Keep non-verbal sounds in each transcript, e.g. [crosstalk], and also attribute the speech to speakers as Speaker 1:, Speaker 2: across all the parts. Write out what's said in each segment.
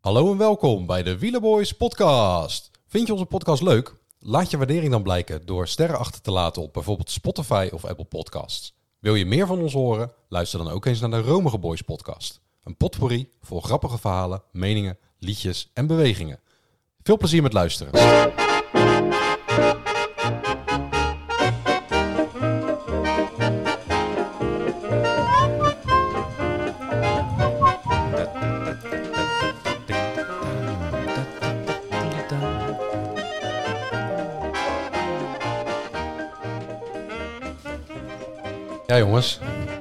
Speaker 1: Hallo en welkom bij de Wielerboys podcast. Vind je onze podcast leuk? Laat je waardering dan blijken door sterren achter te laten op bijvoorbeeld Spotify of Apple Podcasts. Wil je meer van ons horen? Luister dan ook eens naar de Romige Boys podcast. Een potpourri vol grappige verhalen, meningen, liedjes en bewegingen. Veel plezier met luisteren. Ja jongens,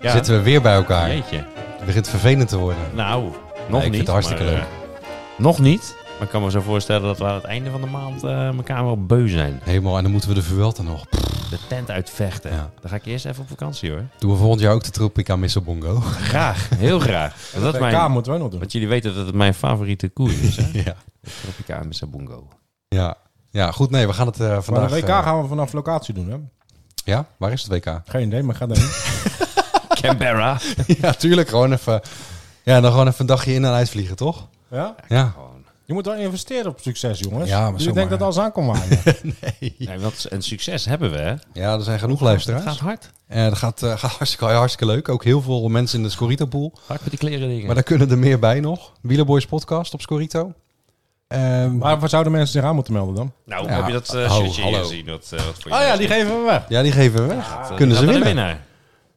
Speaker 2: Ja.
Speaker 1: zitten we weer bij elkaar.
Speaker 2: Jeetje.
Speaker 1: Het begint vervelend te worden.
Speaker 2: Nou, nog
Speaker 1: Nee, ik
Speaker 2: niet.
Speaker 1: vind het hartstikke
Speaker 2: maar,
Speaker 1: leuk.
Speaker 2: eh, nog niet. Maar ik kan me zo voorstellen dat we aan het einde van de maand eh, elkaar wel beu zijn.
Speaker 1: Helemaal, en dan moeten we de Vuelta nog. Pff,
Speaker 2: De tent uitvechten.
Speaker 1: Ja.
Speaker 2: Dan ga ik eerst even op vakantie hoor.
Speaker 1: doen we volgend jaar ook de Tropica Missabongo?
Speaker 2: Graag. [laughs] Heel graag. Want, dat is
Speaker 3: K
Speaker 2: mijn,
Speaker 3: moeten wij nog doen.
Speaker 2: want jullie weten dat het mijn favoriete koers
Speaker 1: [laughs]
Speaker 2: is. Hè?
Speaker 1: [laughs] ja.
Speaker 2: Tropica Missabongo.
Speaker 1: ja. Ja, goed, nee, we gaan het eh, vandaag...
Speaker 3: Maar de WK
Speaker 1: eh,
Speaker 3: gaan we vanaf locatie doen, hè?
Speaker 1: Ja, waar is het WK?
Speaker 3: Geen idee, maar ga daarheen.
Speaker 2: Canberra.
Speaker 1: [laughs] Ja, tuurlijk. Gewoon even, ja, dan gewoon even een dagje in en uitvliegen, toch?
Speaker 3: [laughs] ja?
Speaker 1: Ja.
Speaker 2: Gewoon.
Speaker 3: Je moet wel investeren op succes, jongens.
Speaker 1: Ja, maar
Speaker 3: Dus
Speaker 1: zomaar.
Speaker 3: ik denk dat alles aan kon [laughs] waaien.
Speaker 2: Nee, want een succes hebben we. Hè?
Speaker 1: Ja, er zijn genoeg
Speaker 2: Het gaat
Speaker 1: luisteraars.
Speaker 2: hard.
Speaker 1: En dat gaat, eh, [laughs] gaat hartstikke, hartstikke leuk. Ook heel veel mensen in de Scorito-pool.
Speaker 2: Hard met die kleren dingen.
Speaker 1: Maar daar kunnen er meer bij nog. Wielerboys podcast op Scorito. Ehm,
Speaker 3: Waarvoor zouden mensen zich aan moeten melden dan?
Speaker 2: Nou,
Speaker 1: Ja,
Speaker 2: heb je dat eh
Speaker 1: ho,
Speaker 2: shirtje hier
Speaker 1: hallo.
Speaker 2: gezien? Dat, eh, wat voor
Speaker 3: Oh
Speaker 2: je
Speaker 3: ja,
Speaker 2: best
Speaker 3: die
Speaker 2: is?
Speaker 3: geven we weg.
Speaker 1: ja, die geven we weg.
Speaker 2: Dat, eh,
Speaker 1: Kunnen ze
Speaker 2: gaat naar de
Speaker 1: winnen.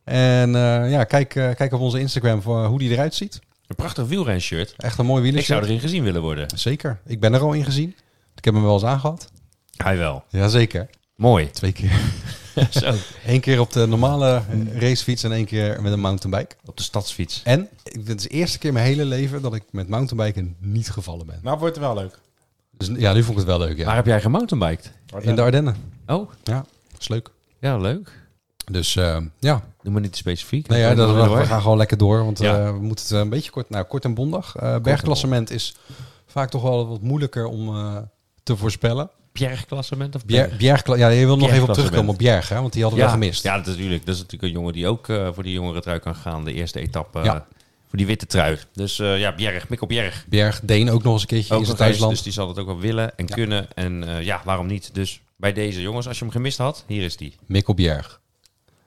Speaker 2: winnaar.
Speaker 1: En eh, ja, kijk, eh, kijk op onze Instagram voor eh, hoe die eruit ziet.
Speaker 2: Een prachtig wielrenshirt.
Speaker 1: Echt een mooi
Speaker 2: Ik
Speaker 1: wielershirt.
Speaker 2: zou erin gezien willen worden.
Speaker 1: Zeker. Ik ben er al in gezien. Ik heb hem wel eens aangehad.
Speaker 2: Hij wel.
Speaker 1: Jazeker.
Speaker 2: Mooi.
Speaker 1: Twee keer.
Speaker 2: Zo.
Speaker 1: Eén keer op de normale eh, racefiets en één keer met een mountainbike.
Speaker 2: [laughs] Op de stadsfiets.
Speaker 1: En ik- dit is de eerste keer in mijn hele leven dat ik met mountainbiken niet gevallen ben.
Speaker 3: Nou wordt het wel leuk.
Speaker 1: Dus ja, nu vond ik het wel leuk.
Speaker 2: Waar
Speaker 1: Ja.
Speaker 2: heb jij gemountainbiked?
Speaker 1: In de Ardennen.
Speaker 2: Oh,
Speaker 1: Ja, is leuk.
Speaker 2: ja, leuk.
Speaker 1: Dus eh, ja,
Speaker 2: Doe maar niet te specifiek.
Speaker 1: nee, ja
Speaker 2: Dan
Speaker 1: dat,
Speaker 2: gaan we
Speaker 1: we,
Speaker 2: door.
Speaker 1: gaan gewoon lekker door. Want
Speaker 2: Ja.
Speaker 1: eh, we moeten het eh, een beetje kort, nou, kort en bondig. Eh, bergklassement is vaak toch wel wat moeilijker om eh, te voorspellen.
Speaker 2: Bjergklassement of
Speaker 1: Bjer,
Speaker 2: berg?
Speaker 1: Bjergkla- ja, je wil nog even op terugkomen
Speaker 2: Bjergklassement.
Speaker 1: op Bjerg, hè, want die hadden we gemist.
Speaker 2: Ja, dat is natuurlijk. Dat is natuurlijk een jongen die ook eh, voor die jongere trui kan gaan. De eerste etappe. eh,
Speaker 1: Ja.
Speaker 2: Voor die witte trui. Dus eh, ja, Bjerg. Mik op Bjerg.
Speaker 1: Bjerg, Deen ook nog eens een keertje
Speaker 2: Ook
Speaker 1: in zijn
Speaker 2: nog eens,
Speaker 1: thuisland.
Speaker 2: dus die zal het ook wel willen en kunnen. En eh, ja, waarom niet? Dus bij deze jongens, als je hem gemist had, hier is die.
Speaker 1: Mikkel Bjerg.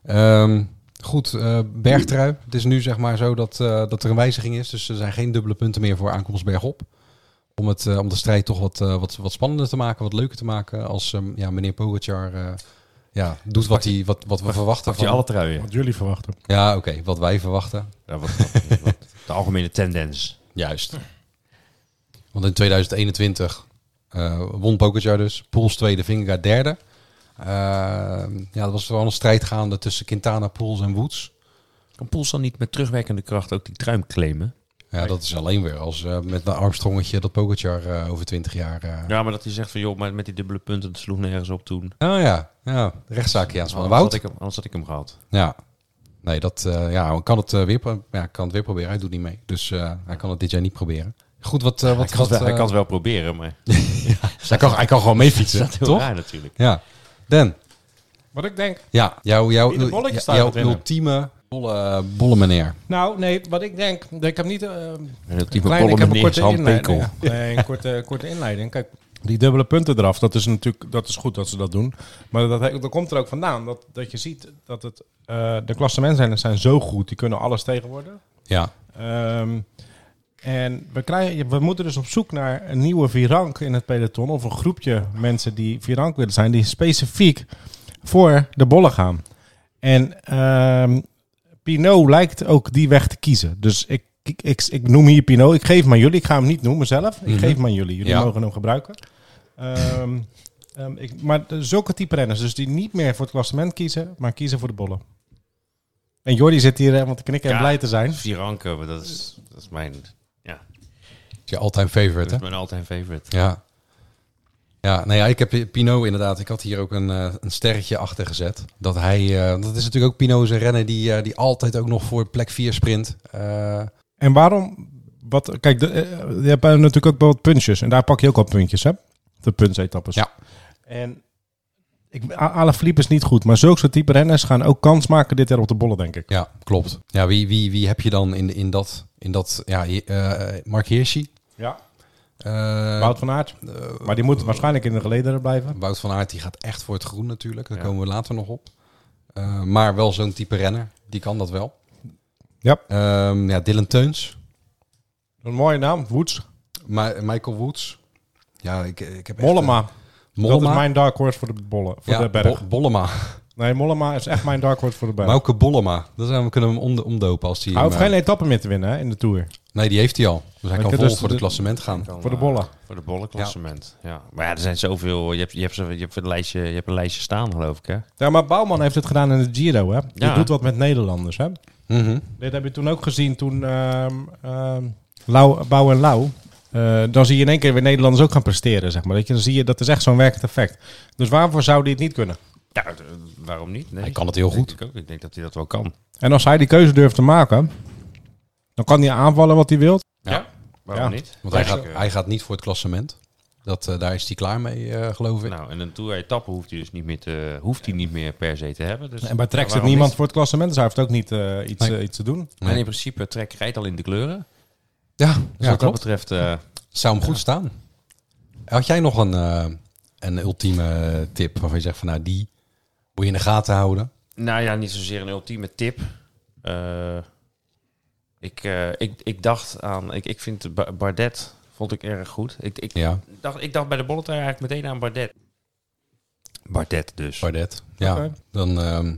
Speaker 1: Ehm, goed, eh, bergtrui. Het is nu zeg maar zo dat, eh, dat er een wijziging is. Dus er zijn geen dubbele punten meer voor aankomst bergop. Om, het, eh, om de strijd toch wat, eh, wat, wat spannender te maken, wat leuker te maken. Als ehm, ja, meneer Pogacar eh, ja, doet wat, hij wat, wat we verwachten.
Speaker 2: Pakt je
Speaker 1: van-
Speaker 2: alle truien?
Speaker 3: Wat jullie verwachten.
Speaker 1: Ja, oké, wat wij verwachten.
Speaker 2: Ja, wat, wat- wat- de algemene tendens.
Speaker 1: Juist. Want in 2021 eh, won Pogacar dus. Pools tweede, Vingegaard derde. Eh, ja, er was wel een strijd gaande tussen Quintana, Pools en Woods.
Speaker 2: Kan Poels dan niet met terugwerkende kracht ook die truim claimen?
Speaker 1: Ja, dat is alleen weer als eh, met een armstrongetje dat Pogacar eh, over 20 jaar... eh
Speaker 2: Ja, maar dat hij zegt van joh, maar met die dubbele punten, dat sloeg nergens op toen.
Speaker 1: Oh ja, ja rechtszaakje aan van
Speaker 2: Anders had
Speaker 1: Wout.
Speaker 2: Oh, ik hem, anders had ik hem gehad.
Speaker 1: Ja, nee, dat eh, ja, hij kan het, eh, weer, pro- ja, kan het weer proberen. Hij doet niet mee, dus eh, hij kan het dit jaar niet proberen. Goed, wat... eh, wat,
Speaker 2: hij, kan het
Speaker 1: wat,
Speaker 2: wel, hij
Speaker 1: eh,
Speaker 2: kan het wel proberen, maar
Speaker 1: hij, kan, hij kan gewoon meefietsen,
Speaker 2: [laughs] dat is heel
Speaker 1: toch?
Speaker 2: raar natuurlijk.
Speaker 1: Ja. Dan,
Speaker 3: Wat ik denk...
Speaker 1: ja, jouw, jouw,
Speaker 3: Ieder bolletje
Speaker 1: jou-
Speaker 3: staat
Speaker 1: jouw
Speaker 3: erin.
Speaker 1: ultieme bolle, bolle meneer.
Speaker 3: Nou, nee, wat ik denk... Ik heb niet... eh,
Speaker 2: En ook die
Speaker 3: Klein, ik heb een korte
Speaker 2: handpekel.
Speaker 3: inleiding. Nee, een korte, [laughs] korte inleiding. Kijk, die dubbele punten eraf, dat is natuurlijk dat is goed dat ze dat doen. Maar dat, dat komt er ook vandaan dat, dat je ziet dat het, eh de klassementsrenners zijn zo goed. Die kunnen alles tegenwoordig.
Speaker 1: Ja,
Speaker 3: Ehm, en we, krijgen, we moeten dus op zoek naar een nieuwe virank in het peloton. Of een groepje mensen die virank willen zijn. Die specifiek voor de bollen gaan. En ehm Pinot lijkt ook die weg te kiezen. Dus ik, ik, ik, ik noem hier Pinot. Ik geef hem aan jullie. Ik ga hem niet noemen zelf. Ik
Speaker 1: Mhm.
Speaker 3: geef hem aan jullie. Jullie
Speaker 1: Ja.
Speaker 3: mogen hem gebruiken. Ehm, ehm, ik, maar de- zulke type renners. Dus die niet meer voor het klassement kiezen. Maar kiezen voor de bollen. En Jordi zit hier helemaal te knikken en
Speaker 2: Ja.
Speaker 3: blij te zijn.
Speaker 2: Vier ranken, maar dat is, dat is mijn,
Speaker 1: is je all-time favorite,
Speaker 2: dat
Speaker 1: hè?
Speaker 2: is mijn all-time favorite.
Speaker 1: Ja. Ja, nou ja, ik heb Pinot inderdaad. Ik had hier ook een, eh, een sterretje achter gezet. Dat hij, eh, dat is natuurlijk ook Pinot zijn renner die, eh, die altijd ook nog voor plek 4 sprint. Eh,
Speaker 3: En waarom? Wat, kijk, de, eh, je hebt eh, natuurlijk ook wel wat puntjes. En daar pak je ook al puntjes, hè? De puntsetappes.
Speaker 1: Ja.
Speaker 3: En ik, Alaphilippe is niet goed. Maar zulke soort type renners gaan ook kans maken dit jaar op de bollen, denk ik.
Speaker 1: ja, klopt. Ja, wie, wie, wie heb je dan in, in dat, in dat ja, je- eh, Mark Hirschi?
Speaker 3: Ja.
Speaker 1: Eh,
Speaker 3: Wout van Aert.
Speaker 1: eh,
Speaker 3: Maar die moet waarschijnlijk in de gelederen blijven.
Speaker 1: Wout van Aert die gaat echt voor het groen natuurlijk. Daar
Speaker 2: Ja.
Speaker 1: komen we later nog op. Eh, maar wel zo'n type renner. Die kan dat wel.
Speaker 3: Ja.
Speaker 1: Ehm, ja, Dylan Teuns.
Speaker 3: Een mooie naam, Woods.
Speaker 1: Ma- Michael Woods. Ja, ik, ik heb echt... eh,
Speaker 3: Mollema. Dat
Speaker 1: Mollema.
Speaker 3: is mijn dark horse voor de, bollen, voor
Speaker 1: ja,
Speaker 3: de berg.
Speaker 1: Bo- Bollema.
Speaker 3: nee, Mollema is echt mijn dark horse voor de berg.
Speaker 1: Mauke Bollema. Dan zijn we, kunnen we hem omde- omdopen als hij...
Speaker 3: Hij hoeft
Speaker 1: hem, eh,
Speaker 3: geen etappe meer te winnen hè, in de Tour.
Speaker 1: Nee, die heeft hij al. Dus hij
Speaker 3: Maar
Speaker 1: kan
Speaker 3: ik-
Speaker 1: vol
Speaker 3: dus
Speaker 1: voor het
Speaker 3: de-
Speaker 1: klassement gaan.
Speaker 2: Dan,
Speaker 3: Voor de
Speaker 2: eh,
Speaker 3: bollen.
Speaker 2: voor de bollenklassement. Ja. Maar ja, er zijn zoveel. Je hebt, je, hebt, zo- je, hebt een lijstje, je hebt een lijstje staan, geloof ik. Hè?
Speaker 3: Ja, maar Bouwman heeft het gedaan in de Giro. Hè? Die
Speaker 2: Ja.
Speaker 3: doet wat met Nederlanders. Hè?
Speaker 1: Mhm.
Speaker 3: Dit heb je toen ook gezien toen ehm ehm, Lau, Bouw en Lau. Eh, dan zie je in één keer weer Nederlanders ook gaan presteren. Zeg maar. dat, je, dan zie je, dat is echt zo'n werkend effect. Dus waarvoor zou die het niet kunnen?
Speaker 2: Ja, d- waarom niet? Nee.
Speaker 1: Hij kan het heel
Speaker 2: Dat denk
Speaker 1: goed.
Speaker 2: Ik, ook. ik denk dat hij dat wel kan.
Speaker 3: En als hij die keuze durft te maken, dan kan hij aanvallen wat hij wil.
Speaker 1: Ja.
Speaker 2: Waarom
Speaker 3: Ja.
Speaker 2: niet?
Speaker 1: Want hij
Speaker 2: Ja,
Speaker 1: gaat,
Speaker 2: ik, eh,
Speaker 1: hij gaat niet voor het klassement. Dat, eh, daar is hij klaar mee, eh, geloof ik.
Speaker 2: Nou, en een tour-etappe hoeft hij dus niet meer, te, hoeft hij niet meer per se te hebben. Dus
Speaker 3: En bij Trek
Speaker 2: Ja,
Speaker 3: zit
Speaker 2: waarom
Speaker 3: niemand
Speaker 2: niet?
Speaker 3: voor het klassement, dus hij heeft ook niet eh, iets,
Speaker 1: Nee.
Speaker 3: eh, iets te doen.
Speaker 2: En in principe, Trek rijdt al in de kleuren.
Speaker 1: Ja,
Speaker 2: Dus
Speaker 1: ja
Speaker 2: wat dat
Speaker 1: klopt.
Speaker 2: betreft, eh,
Speaker 1: Zou hem goed staan. Had jij nog een, eh, een ultieme tip waarvan je zegt van nou die moet je in de gaten houden?
Speaker 2: nou ja, niet zozeer een ultieme tip. Eh, ik, eh, ik, ik dacht aan, ik, ik vind Ba- Bardet, vond ik erg goed. Ik, ik,
Speaker 1: Ja,
Speaker 2: dacht, ik dacht bij de bolletin eigenlijk meteen aan Bardet. Bardet dus.
Speaker 1: Bardet. Ja,
Speaker 3: Oké.
Speaker 1: dan ehm,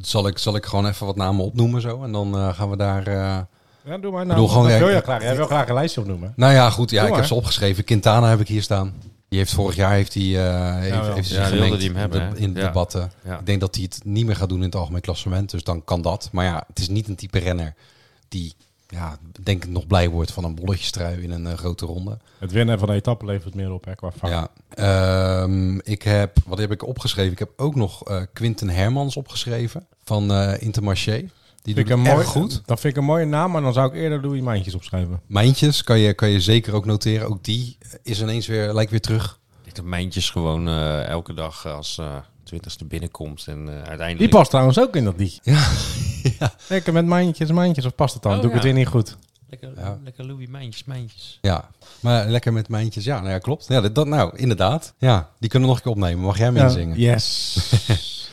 Speaker 1: zal, ik, zal ik gewoon even wat namen opnoemen zo. En dan eh, gaan we daar... eh,
Speaker 3: Ja, doe maar
Speaker 1: bedoel,
Speaker 3: nou.
Speaker 1: gewoon
Speaker 3: Dat wil
Speaker 1: weer-
Speaker 3: je graag. Jij wil graag een lijstje opnoemen.
Speaker 1: Nou ja, goed. Ja,
Speaker 3: Doe
Speaker 1: ik heb
Speaker 3: maar.
Speaker 1: ze opgeschreven. Quintana heb ik hier staan. Die heeft vorig jaar heeft hij, eh, heeft,
Speaker 3: wel.
Speaker 1: heeft hij
Speaker 2: Ja,
Speaker 1: zich
Speaker 2: wilde
Speaker 1: gemengd
Speaker 2: die hem
Speaker 1: in
Speaker 2: hebben,
Speaker 1: de-
Speaker 2: hè?
Speaker 1: in de
Speaker 2: Ja.
Speaker 1: debatten.
Speaker 2: Ja.
Speaker 1: Ik denk dat hij het niet meer gaat doen in het algemeen klassement. Dus dan kan dat. Maar ja, het is niet een type renner die, ja, denk ik, nog blij wordt van een bolletjestrui in een eh, grote ronde.
Speaker 3: Het winnen van de etappe levert meer op hè, qua vak.
Speaker 1: Ja. Ehm, ik heb, wat heb ik opgeschreven? Ik heb ook nog eh Quinten Hermans opgeschreven van eh, Intermarché. Die doet
Speaker 3: Vind ik
Speaker 1: het
Speaker 3: een
Speaker 1: erg
Speaker 3: mooi,
Speaker 1: goed.
Speaker 3: Dan vind ik een mooie naam, maar dan zou ik eerder Louis Mijntjes opschrijven.
Speaker 1: Mijntjes kan je, kan je zeker ook noteren. Ook die is ineens weer, lijkt weer terug. [laughs]
Speaker 2: Ik heb mijntjes gewoon eh, elke dag als eh, twintigste binnenkomt. En eh,
Speaker 3: Die
Speaker 2: uiteindelijk...
Speaker 3: past trouwens ook in dat liedje.
Speaker 1: Ja. ja.
Speaker 3: Lekker met Mijntjes, Mijntjes, of past het dan?
Speaker 2: Oh,
Speaker 3: doe ik
Speaker 2: ja.
Speaker 3: het weer niet goed.
Speaker 2: Lekker,
Speaker 1: Ja.
Speaker 2: lekker Louis Mijntjes, Mijntjes.
Speaker 1: Ja, maar lekker met mijntjes. Ja, nou ja, klopt. Ja, dat, dat- nou, inderdaad. Ja, die kunnen we nog een keer opnemen. Mag jij hem
Speaker 3: Ja.
Speaker 1: inzingen? [laughs]
Speaker 3: Yes.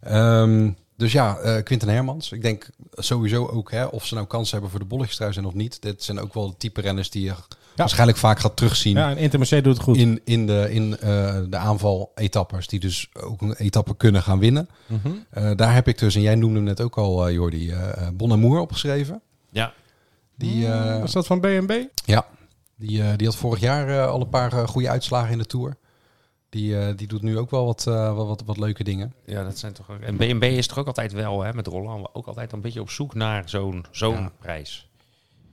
Speaker 1: Ehm, dus ja, eh Quinten Hermans. Ik denk sowieso ook, hè, of ze nou kansen hebben voor de bolletjestrui zijn of niet. Dit zijn ook wel de type renners die je waarschijnlijk vaak gaat terugzien
Speaker 3: ja, en Intermarché doet het goed.
Speaker 1: in, in de, in, eh, de aanval-etappers. Die dus ook een etappe kunnen gaan winnen.
Speaker 3: Mhm.
Speaker 1: Eh, daar heb ik dus, en jij noemde hem net ook al, eh, Jordi, eh eh, Bonnemoer opgeschreven.
Speaker 2: Ja,
Speaker 1: Die, eh,
Speaker 3: Is dat van BNB?
Speaker 1: Ja, die, eh, die had vorig jaar eh, al een paar eh, goede uitslagen in de Tour. Die, eh, die doet nu ook wel wat, eh, wat, wat, wat leuke dingen.
Speaker 2: ja, dat zijn toch ook... En BNB is toch ook altijd wel, hè, met Roland, ook altijd een beetje op zoek naar zo'n zo'n
Speaker 1: Ja.
Speaker 2: prijs.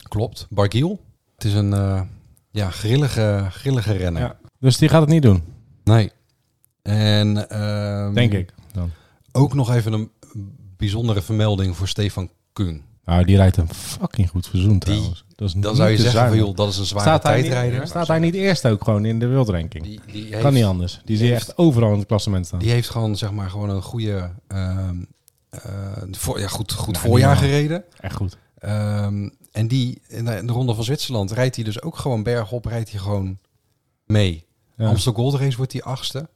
Speaker 1: Klopt. Bargiel. Het is een eh, ja, grillige, grillige renner.
Speaker 3: Ja. Dus die gaat het niet doen,
Speaker 1: Nee. En ehm,
Speaker 3: denk ik. Dan.
Speaker 1: ook nog even een bijzondere vermelding voor Stefan Kuhn.
Speaker 3: Nou, die rijdt hem fucking goed verzoend
Speaker 1: Die-
Speaker 3: trouwens. Dat is
Speaker 1: Dan
Speaker 3: niet
Speaker 1: zou je
Speaker 3: te
Speaker 1: zeggen, van,
Speaker 3: zuinig.
Speaker 1: joh, dat is een zware
Speaker 3: staat hij,
Speaker 1: tijdrijder.
Speaker 3: niet, staat hij niet eerst ook gewoon in de wereldranking?
Speaker 1: die, die heeft,
Speaker 3: kan niet anders. Die zie je
Speaker 1: heeft-
Speaker 3: echt overal in het klassement staan.
Speaker 1: Die heeft gewoon, zeg maar, gewoon een goede... ehm, eh, voor, ja, goed, goed
Speaker 3: Nou,
Speaker 1: voorjaar
Speaker 3: die-
Speaker 1: gereden.
Speaker 3: Echt goed.
Speaker 1: Ehm, en die in de, in de ronde van Zwitserland rijdt hij dus ook gewoon bergop, rijdt hij gewoon mee.
Speaker 3: Ja.
Speaker 1: Amstel Gold Race wordt die achtste.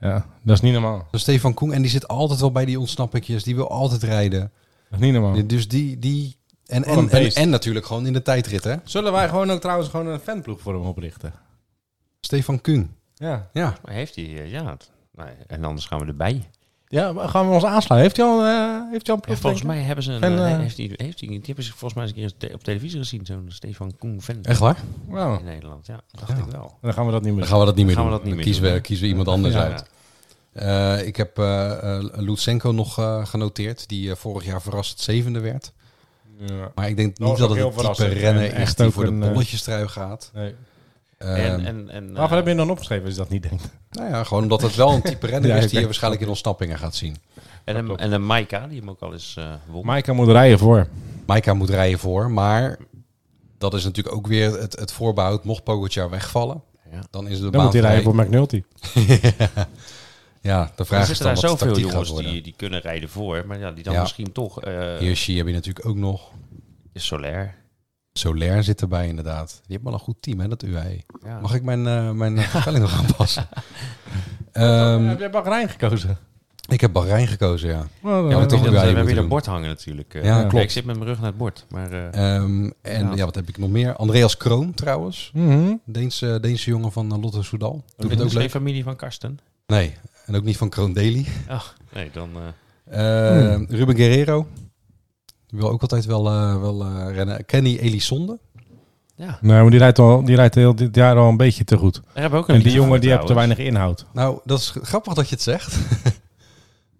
Speaker 3: Ja, dat is niet normaal.
Speaker 1: Dus Stefan Koen, en die zit altijd wel bij die ontsnappingjes, die wil altijd rijden.
Speaker 3: Dat is niet normaal.
Speaker 1: Die- Dus die, die en,
Speaker 3: Wat een
Speaker 1: en, en,
Speaker 3: beest.
Speaker 1: en natuurlijk gewoon in de tijdrit, hè?
Speaker 3: Zullen wij gewoon ook trouwens gewoon een fanploeg voor hem oprichten?
Speaker 1: Stefan Koen,
Speaker 3: Ja.
Speaker 1: ja.
Speaker 2: Maar heeft hij, eh, ja... het- nee, en anders gaan we erbij.
Speaker 3: Ja, maar gaan we ons aansluiten? Heeft hij al, eh, heeft hij al een
Speaker 2: Ja,
Speaker 3: ploeg?
Speaker 2: volgens
Speaker 3: denk
Speaker 2: mij hebben ze een...
Speaker 3: En,
Speaker 2: eh,
Speaker 3: eh,
Speaker 2: heeft hij, heeft hij, die hebben ze volgens mij eens een keer te- op televisie gezien. Zo'n Stefan Koen fan
Speaker 1: Echt waar?
Speaker 3: ik? Nou,
Speaker 2: in Nederland. Ja, dacht
Speaker 1: Ja.
Speaker 2: ik wel.
Speaker 3: dan gaan we dat niet meer
Speaker 1: Dan
Speaker 3: doen.
Speaker 1: gaan we dat niet meer
Speaker 2: gaan
Speaker 1: doen.
Speaker 2: we dat niet
Speaker 1: Dan
Speaker 2: meer
Speaker 1: kiezen,
Speaker 2: doen,
Speaker 1: we,
Speaker 2: hè?
Speaker 1: kiezen we iemand anders
Speaker 3: Ja.
Speaker 1: uit. Eh, ik heb eh eh, Lutsenko nog eh, genoteerd, die eh, vorig jaar verrassend zevende werd.
Speaker 3: Ja.
Speaker 1: Maar ik denk
Speaker 3: was
Speaker 1: niet dat
Speaker 3: ook
Speaker 1: het
Speaker 3: heel
Speaker 1: een type
Speaker 3: verrassend.
Speaker 1: renner
Speaker 3: En
Speaker 1: is
Speaker 3: echt
Speaker 1: die
Speaker 3: ook
Speaker 1: voor de
Speaker 3: een, eh,
Speaker 1: bolletjestrui gaat.
Speaker 3: Nee.
Speaker 1: Ehm,
Speaker 2: en, en, en,
Speaker 3: Waarvoor
Speaker 2: eh,
Speaker 3: heb je hem dan opgeschreven als je dat niet denkt?
Speaker 1: Nou ja, gewoon omdat het wel een
Speaker 3: [laughs]
Speaker 1: type renner
Speaker 3: Ja,
Speaker 1: is
Speaker 3: oké.
Speaker 1: die je waarschijnlijk in ontsnappingen gaat zien.
Speaker 2: en, een,
Speaker 3: klopt.
Speaker 2: en een Maika, die hem ook al eens eh won.
Speaker 3: Maaika moet rijden voor.
Speaker 1: Maika moet rijden voor, maar dat is natuurlijk ook weer het, het voorbehoud. Mocht Pogacar wegvallen,
Speaker 2: Ja.
Speaker 1: dan is de
Speaker 3: Dan
Speaker 1: baan
Speaker 3: moet hij rijden
Speaker 1: vrij.
Speaker 3: voor McNulty.
Speaker 1: [laughs] Ja, de
Speaker 2: Er
Speaker 1: vraag is
Speaker 2: zitten
Speaker 1: dan
Speaker 2: daar
Speaker 1: wat de
Speaker 2: zoveel
Speaker 1: tactiek gaat
Speaker 2: jongens
Speaker 1: worden.
Speaker 2: die, die kunnen rijden voor, maar ja, die dan
Speaker 1: Ja.
Speaker 2: misschien toch eh
Speaker 1: Hirschi heb je natuurlijk ook nog.
Speaker 2: Solaire.
Speaker 1: Solair zit erbij inderdaad. Die hebben wel een goed team, hè, dat UAE.
Speaker 2: Ja.
Speaker 1: Mag ik mijn, eh,
Speaker 2: [laughs]
Speaker 1: mijn voorspelling nog aanpassen? Ehm,
Speaker 3: Heb jij Bahrein gekozen?
Speaker 1: ik heb Bahrein gekozen, ja.
Speaker 3: Nou,
Speaker 1: Ja,
Speaker 3: eh,
Speaker 1: maar toch
Speaker 2: we
Speaker 1: een guy
Speaker 2: hebben
Speaker 1: moeten
Speaker 2: hier
Speaker 1: doen.
Speaker 2: een bord hangen natuurlijk. Eh,
Speaker 1: Ja,
Speaker 2: kijk,
Speaker 1: klopt.
Speaker 2: Ik zit met mijn rug naar het bord. Maar eh,
Speaker 1: Ehm, en ja.
Speaker 2: Ja.
Speaker 1: wat heb ik nog meer? Andreas Kroon trouwens.
Speaker 3: mhm.
Speaker 1: Deense, Deense jongen van eh, Lotto Soudal. Doet
Speaker 2: is
Speaker 1: het ook
Speaker 2: geen
Speaker 1: leuk?
Speaker 2: familie van Karsten?
Speaker 1: Nee, en ook niet van Kroon Daily.
Speaker 2: Ach, nee, dan... eh,
Speaker 1: Eh, Ruben Guerrero. Die wil ook altijd wel, eh, wel eh, rennen. Kenny Elisonde.
Speaker 2: ja,
Speaker 3: Nee, maar die rijdt, al, die rijdt heel dit jaar al een beetje te goed.
Speaker 2: daar hebben we ook een
Speaker 3: En die
Speaker 2: liedje
Speaker 3: jongen
Speaker 2: van
Speaker 3: die heeft te
Speaker 2: trouwens.
Speaker 3: weinig inhoud.
Speaker 1: Nou, dat is grappig dat je het zegt. [laughs]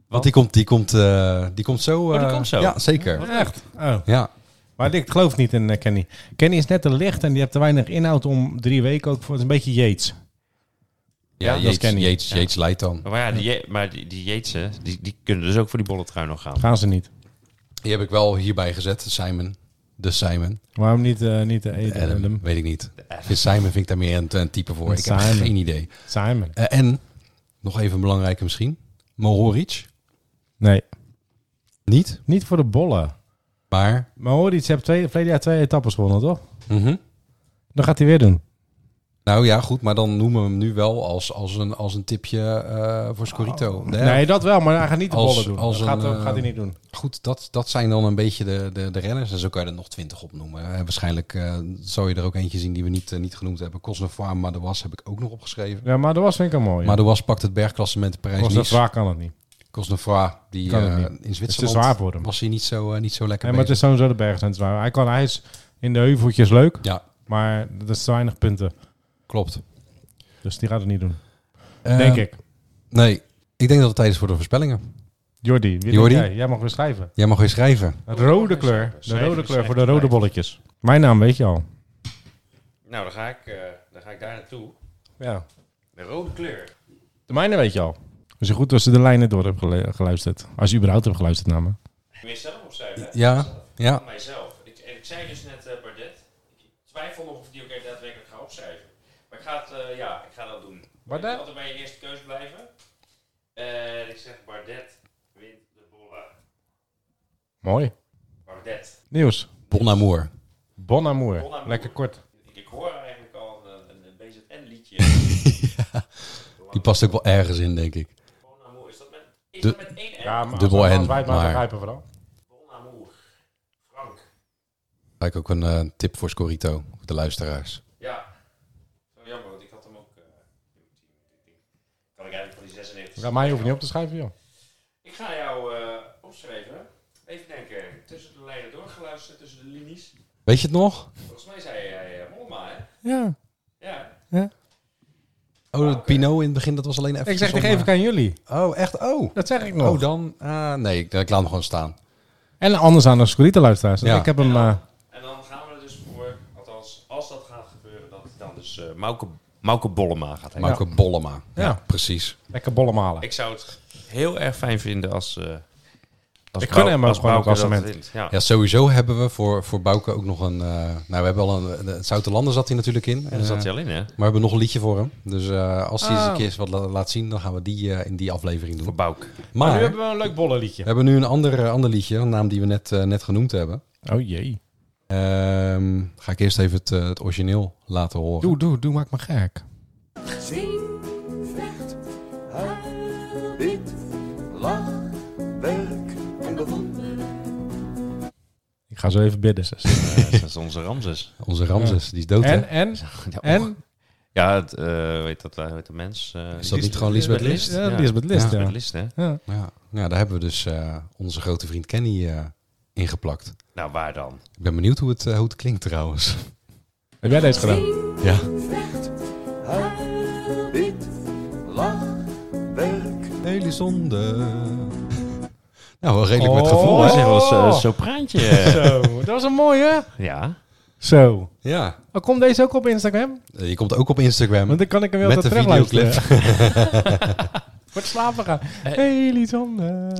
Speaker 1: Want die komt, die komt, eh, die komt zo.
Speaker 2: Oh, die
Speaker 1: eh,
Speaker 2: komt zo?
Speaker 1: Ja, zeker.
Speaker 3: Echt? Oh.
Speaker 1: Ja,
Speaker 3: Maar ik geloof niet in eh, Kenny. Kenny is net te licht en die heeft te weinig inhoud om drie weken ook voor. Het is een beetje Yates.
Speaker 1: ja,
Speaker 2: Ja, dat
Speaker 1: Jeets,
Speaker 3: ken ik.
Speaker 1: Jeets,
Speaker 2: Ja.
Speaker 1: Jeets leidt dan.
Speaker 2: Maar ja, die, Je- maar die, die Jeetsen, die, die kunnen dus ook voor die bolletrui nog gaan.
Speaker 3: Gaan ze niet.
Speaker 1: Die heb ik wel hierbij gezet, Simon. De Simon.
Speaker 3: Waarom niet, eh niet de Eden
Speaker 1: Adam,
Speaker 3: Adam?
Speaker 1: weet ik niet. Ik vind Simon vind ik daar meer een, een type voor.
Speaker 3: Een
Speaker 1: Ik heb
Speaker 3: Simon.
Speaker 1: geen idee.
Speaker 3: Simon.
Speaker 1: Eh, en, nog even een belangrijke misschien. Mohoric.
Speaker 3: Nee,
Speaker 1: Niet,
Speaker 3: niet voor de bollen.
Speaker 1: maar...
Speaker 3: Maar hoor, iets heeft twee, verleden jaar twee etappes gewonnen, toch?
Speaker 1: mhm.
Speaker 3: Dan gaat hij weer doen.
Speaker 1: Nou ja, goed, maar dan noemen we hem nu wel als, als, een, als een tipje eh, voor Scorito. Nee,
Speaker 3: Oh, Nee, dat wel, maar hij gaat niet de
Speaker 1: Als-
Speaker 3: bollen doen.
Speaker 1: als
Speaker 3: dat gaat,
Speaker 1: een,
Speaker 3: dat gaat hij
Speaker 1: eh,
Speaker 3: niet doen.
Speaker 1: Goed, dat, dat zijn dan een beetje de, de, de renners. En zo kan je er nog twintig opnoemen. Eh, waarschijnlijk eh zou je er ook eentje zien die we niet, eh, niet genoemd hebben. Cosnefoy, Madouas heb ik ook nog opgeschreven.
Speaker 3: Ja, maar dat was vind ik een mooie. Maar
Speaker 1: Madouas pakt het bergklassement
Speaker 3: was dat
Speaker 1: Parijs-Nice.
Speaker 3: zwaar kan het niet.
Speaker 1: Cosnefoy, die
Speaker 3: Kan het
Speaker 1: eh,
Speaker 3: niet.
Speaker 1: in
Speaker 3: Het is te
Speaker 1: Zwitserland...
Speaker 3: zwaar voor hem.
Speaker 1: was hij niet zo, eh, niet zo lekker
Speaker 3: Nee, maar het
Speaker 1: bezig.
Speaker 3: is sowieso de bergen zijn zwaar. Hij, kan, hij is in de heuveltjes leuk,
Speaker 1: Ja,
Speaker 3: maar dat is te weinig punten.
Speaker 1: klopt.
Speaker 3: Dus die gaat het niet doen.
Speaker 1: Eh,
Speaker 3: denk ik.
Speaker 1: Nee, ik denk dat het tijd is voor de voorspellingen.
Speaker 3: Jordi, wie
Speaker 1: Jordi?
Speaker 3: Denk jij? jij mag weer schrijven.
Speaker 1: Jij mag weer schrijven.
Speaker 3: Rode kleur. De
Speaker 2: Schrijven
Speaker 3: rode
Speaker 2: is
Speaker 3: kleur
Speaker 2: echt
Speaker 3: voor de rode
Speaker 2: fijn.
Speaker 3: bolletjes. Mijn naam weet je al.
Speaker 2: Nou, dan ga ik, eh, dan ga ik daar naartoe.
Speaker 3: Ja.
Speaker 2: De rode kleur.
Speaker 3: De mijne weet je al. Zo goed als ze de lijnen door hebt gele- geluisterd. Als je überhaupt hebt geluisterd naar me.
Speaker 2: Ik moet zelf opschrijven, hè?
Speaker 1: Ja, ja.
Speaker 2: Van mijzelf. Ik, en ik zei dus net eh, Bardet. Ik twijfel nog of ik die ook echt daadwerkelijk ga opschrijven. Maar ik ga, het, eh, ja, ik ga dat doen.
Speaker 3: Bardet?
Speaker 2: Je moet altijd bij je eerste keuze blijven. Eh, En ik zeg Bardet wint de bolla.
Speaker 3: Mooi.
Speaker 2: Bardet.
Speaker 3: Nieuws.
Speaker 1: Bon amour.
Speaker 3: Bon amour.
Speaker 2: Bon amour.
Speaker 3: Lekker kort.
Speaker 2: Ik, ik hoor eigenlijk al een, een, een
Speaker 1: [laughs]
Speaker 2: BZN-liedje.
Speaker 1: Die past ook wel ergens in, denk ik.
Speaker 2: Bon amour. Is dat met, is
Speaker 1: De-
Speaker 2: dat met één N?
Speaker 3: maar
Speaker 1: Dubbel
Speaker 3: als-
Speaker 1: N,
Speaker 3: als wij het maar,
Speaker 1: maar-
Speaker 3: begrijpen vooral.
Speaker 2: Bon amour. Frank.
Speaker 1: Kijk ook een eh, tip voor Scorito, voor de luisteraars.
Speaker 2: Ja. Zo jammer, want ik had hem ook... eh, in mijn team. Ik denk, kan ik eigenlijk van die 96...
Speaker 3: Ja, mij hoef je niet op te schrijven, joh.
Speaker 2: Ik ga jou eh, opschrijven. Even denken. Tussen de lijnen doorgeluisterd, tussen de linies.
Speaker 1: Weet je het nog?
Speaker 2: Volgens mij zei jij eh Mollema, hè?
Speaker 3: Ja.
Speaker 2: Ja.
Speaker 1: Oh, dat Pino in het begin, dat was alleen even...
Speaker 3: Eh, Ik zeg tegen even aan jullie.
Speaker 1: Oh, echt? Oh.
Speaker 3: Dat zeg ik nog.
Speaker 1: Oh, dan... ah, nee, ik, ik laat hem gewoon staan.
Speaker 3: En anders aan de Scorita-luisteraars.
Speaker 1: Ja.
Speaker 3: Ik heb hem... eh,
Speaker 2: En dan gaan we er dus voor, althans, als dat gaat gebeuren, dat het dan dus eh Mauke, Mauke Bollema gaat heen.
Speaker 1: Marco Bollema. Ja.
Speaker 3: Ja.
Speaker 1: precies.
Speaker 3: lekker bollen malen.
Speaker 2: Ik zou het heel erg fijn vinden als... eh als
Speaker 3: Ik gun hem ook
Speaker 2: als
Speaker 3: gewoon
Speaker 2: Bouke
Speaker 3: het
Speaker 2: dat
Speaker 3: klassement.
Speaker 2: wint, Ja.
Speaker 1: Ja, sowieso hebben we voor, voor Bouke ook nog een... eh, nou, we hebben al een... De, Zoute Landen zat hij natuurlijk in. Eh,
Speaker 2: En daar zat hij al in, hè?
Speaker 1: Maar we hebben nog een liedje voor hem. Dus eh, als hij eens een
Speaker 3: Ah.
Speaker 1: keer eens wat la- laat zien, dan gaan we die eh, in die aflevering
Speaker 2: Voor
Speaker 1: doen.
Speaker 2: Bouke.
Speaker 3: [laughs] Maar
Speaker 1: Maar
Speaker 3: nu
Speaker 1: we
Speaker 3: hebben we een leuk bollenliedje.
Speaker 1: hebben nu een ander, eh, ander liedje, een naam die we net, eh, net genoemd hebben.
Speaker 3: Oh jee.
Speaker 1: Ehm, ga ik eerst even het, eh, het origineel laten horen.
Speaker 3: Doe, doe, doe, maak me gek.
Speaker 4: Zing, vecht, huil, wit, lach, werk en bewonder.
Speaker 3: Ik ga zo even bidden.
Speaker 2: Eh, dat is onze Ramses.
Speaker 1: Onze Ramses, die is dood hè?
Speaker 3: En, en,
Speaker 2: Ja,
Speaker 3: en?
Speaker 2: Ja, het, eh, weet dat, eh, weet de mens? eh,
Speaker 1: Is dat niet gewoon Lisbeth List?
Speaker 3: Ja, Lisbeth List, ja.
Speaker 2: Lisbeth List, hè?
Speaker 3: Ja.
Speaker 1: Ja, ja, daar hebben we dus eh, onze grote vriend Kenny eh ingeplakt.
Speaker 2: Nou, waar dan?
Speaker 1: Ik ben benieuwd hoe het, eh, hoe het klinkt trouwens.
Speaker 3: Heb jij deze gedaan?
Speaker 4: Zing,
Speaker 1: Ja.
Speaker 4: vecht, huil, wit, lach, werk.
Speaker 1: Elisonde. [laughs] Nou, wel redelijk met
Speaker 3: Oh.
Speaker 1: gevoel.
Speaker 2: Oh,
Speaker 1: hè? eh,
Speaker 2: dat is wel zo- zo'n praantje.
Speaker 3: Zo, dat was een mooie.
Speaker 2: ja.
Speaker 3: Zo.
Speaker 1: Ja,
Speaker 3: Oh, Komt deze ook op Instagram?
Speaker 1: Eh, je komt ook op Instagram.
Speaker 3: Want dan kan ik hem wel
Speaker 1: Met
Speaker 3: te
Speaker 1: de videoclip.
Speaker 3: [laughs] Voor het slapen gaan. Hey, Lisanne.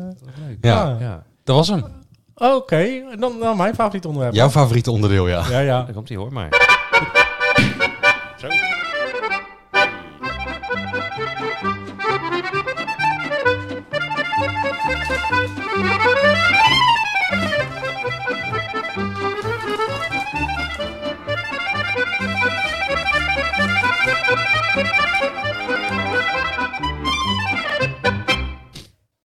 Speaker 1: Ja,
Speaker 3: Ah.
Speaker 2: ja.
Speaker 1: dat was hem.
Speaker 3: Oké, dan, dan mijn favoriet onderwerp.
Speaker 1: Jouw favoriete onderdeel, ja.
Speaker 3: Ja, ja.
Speaker 2: Dan komt hij, hoor maar. Zo.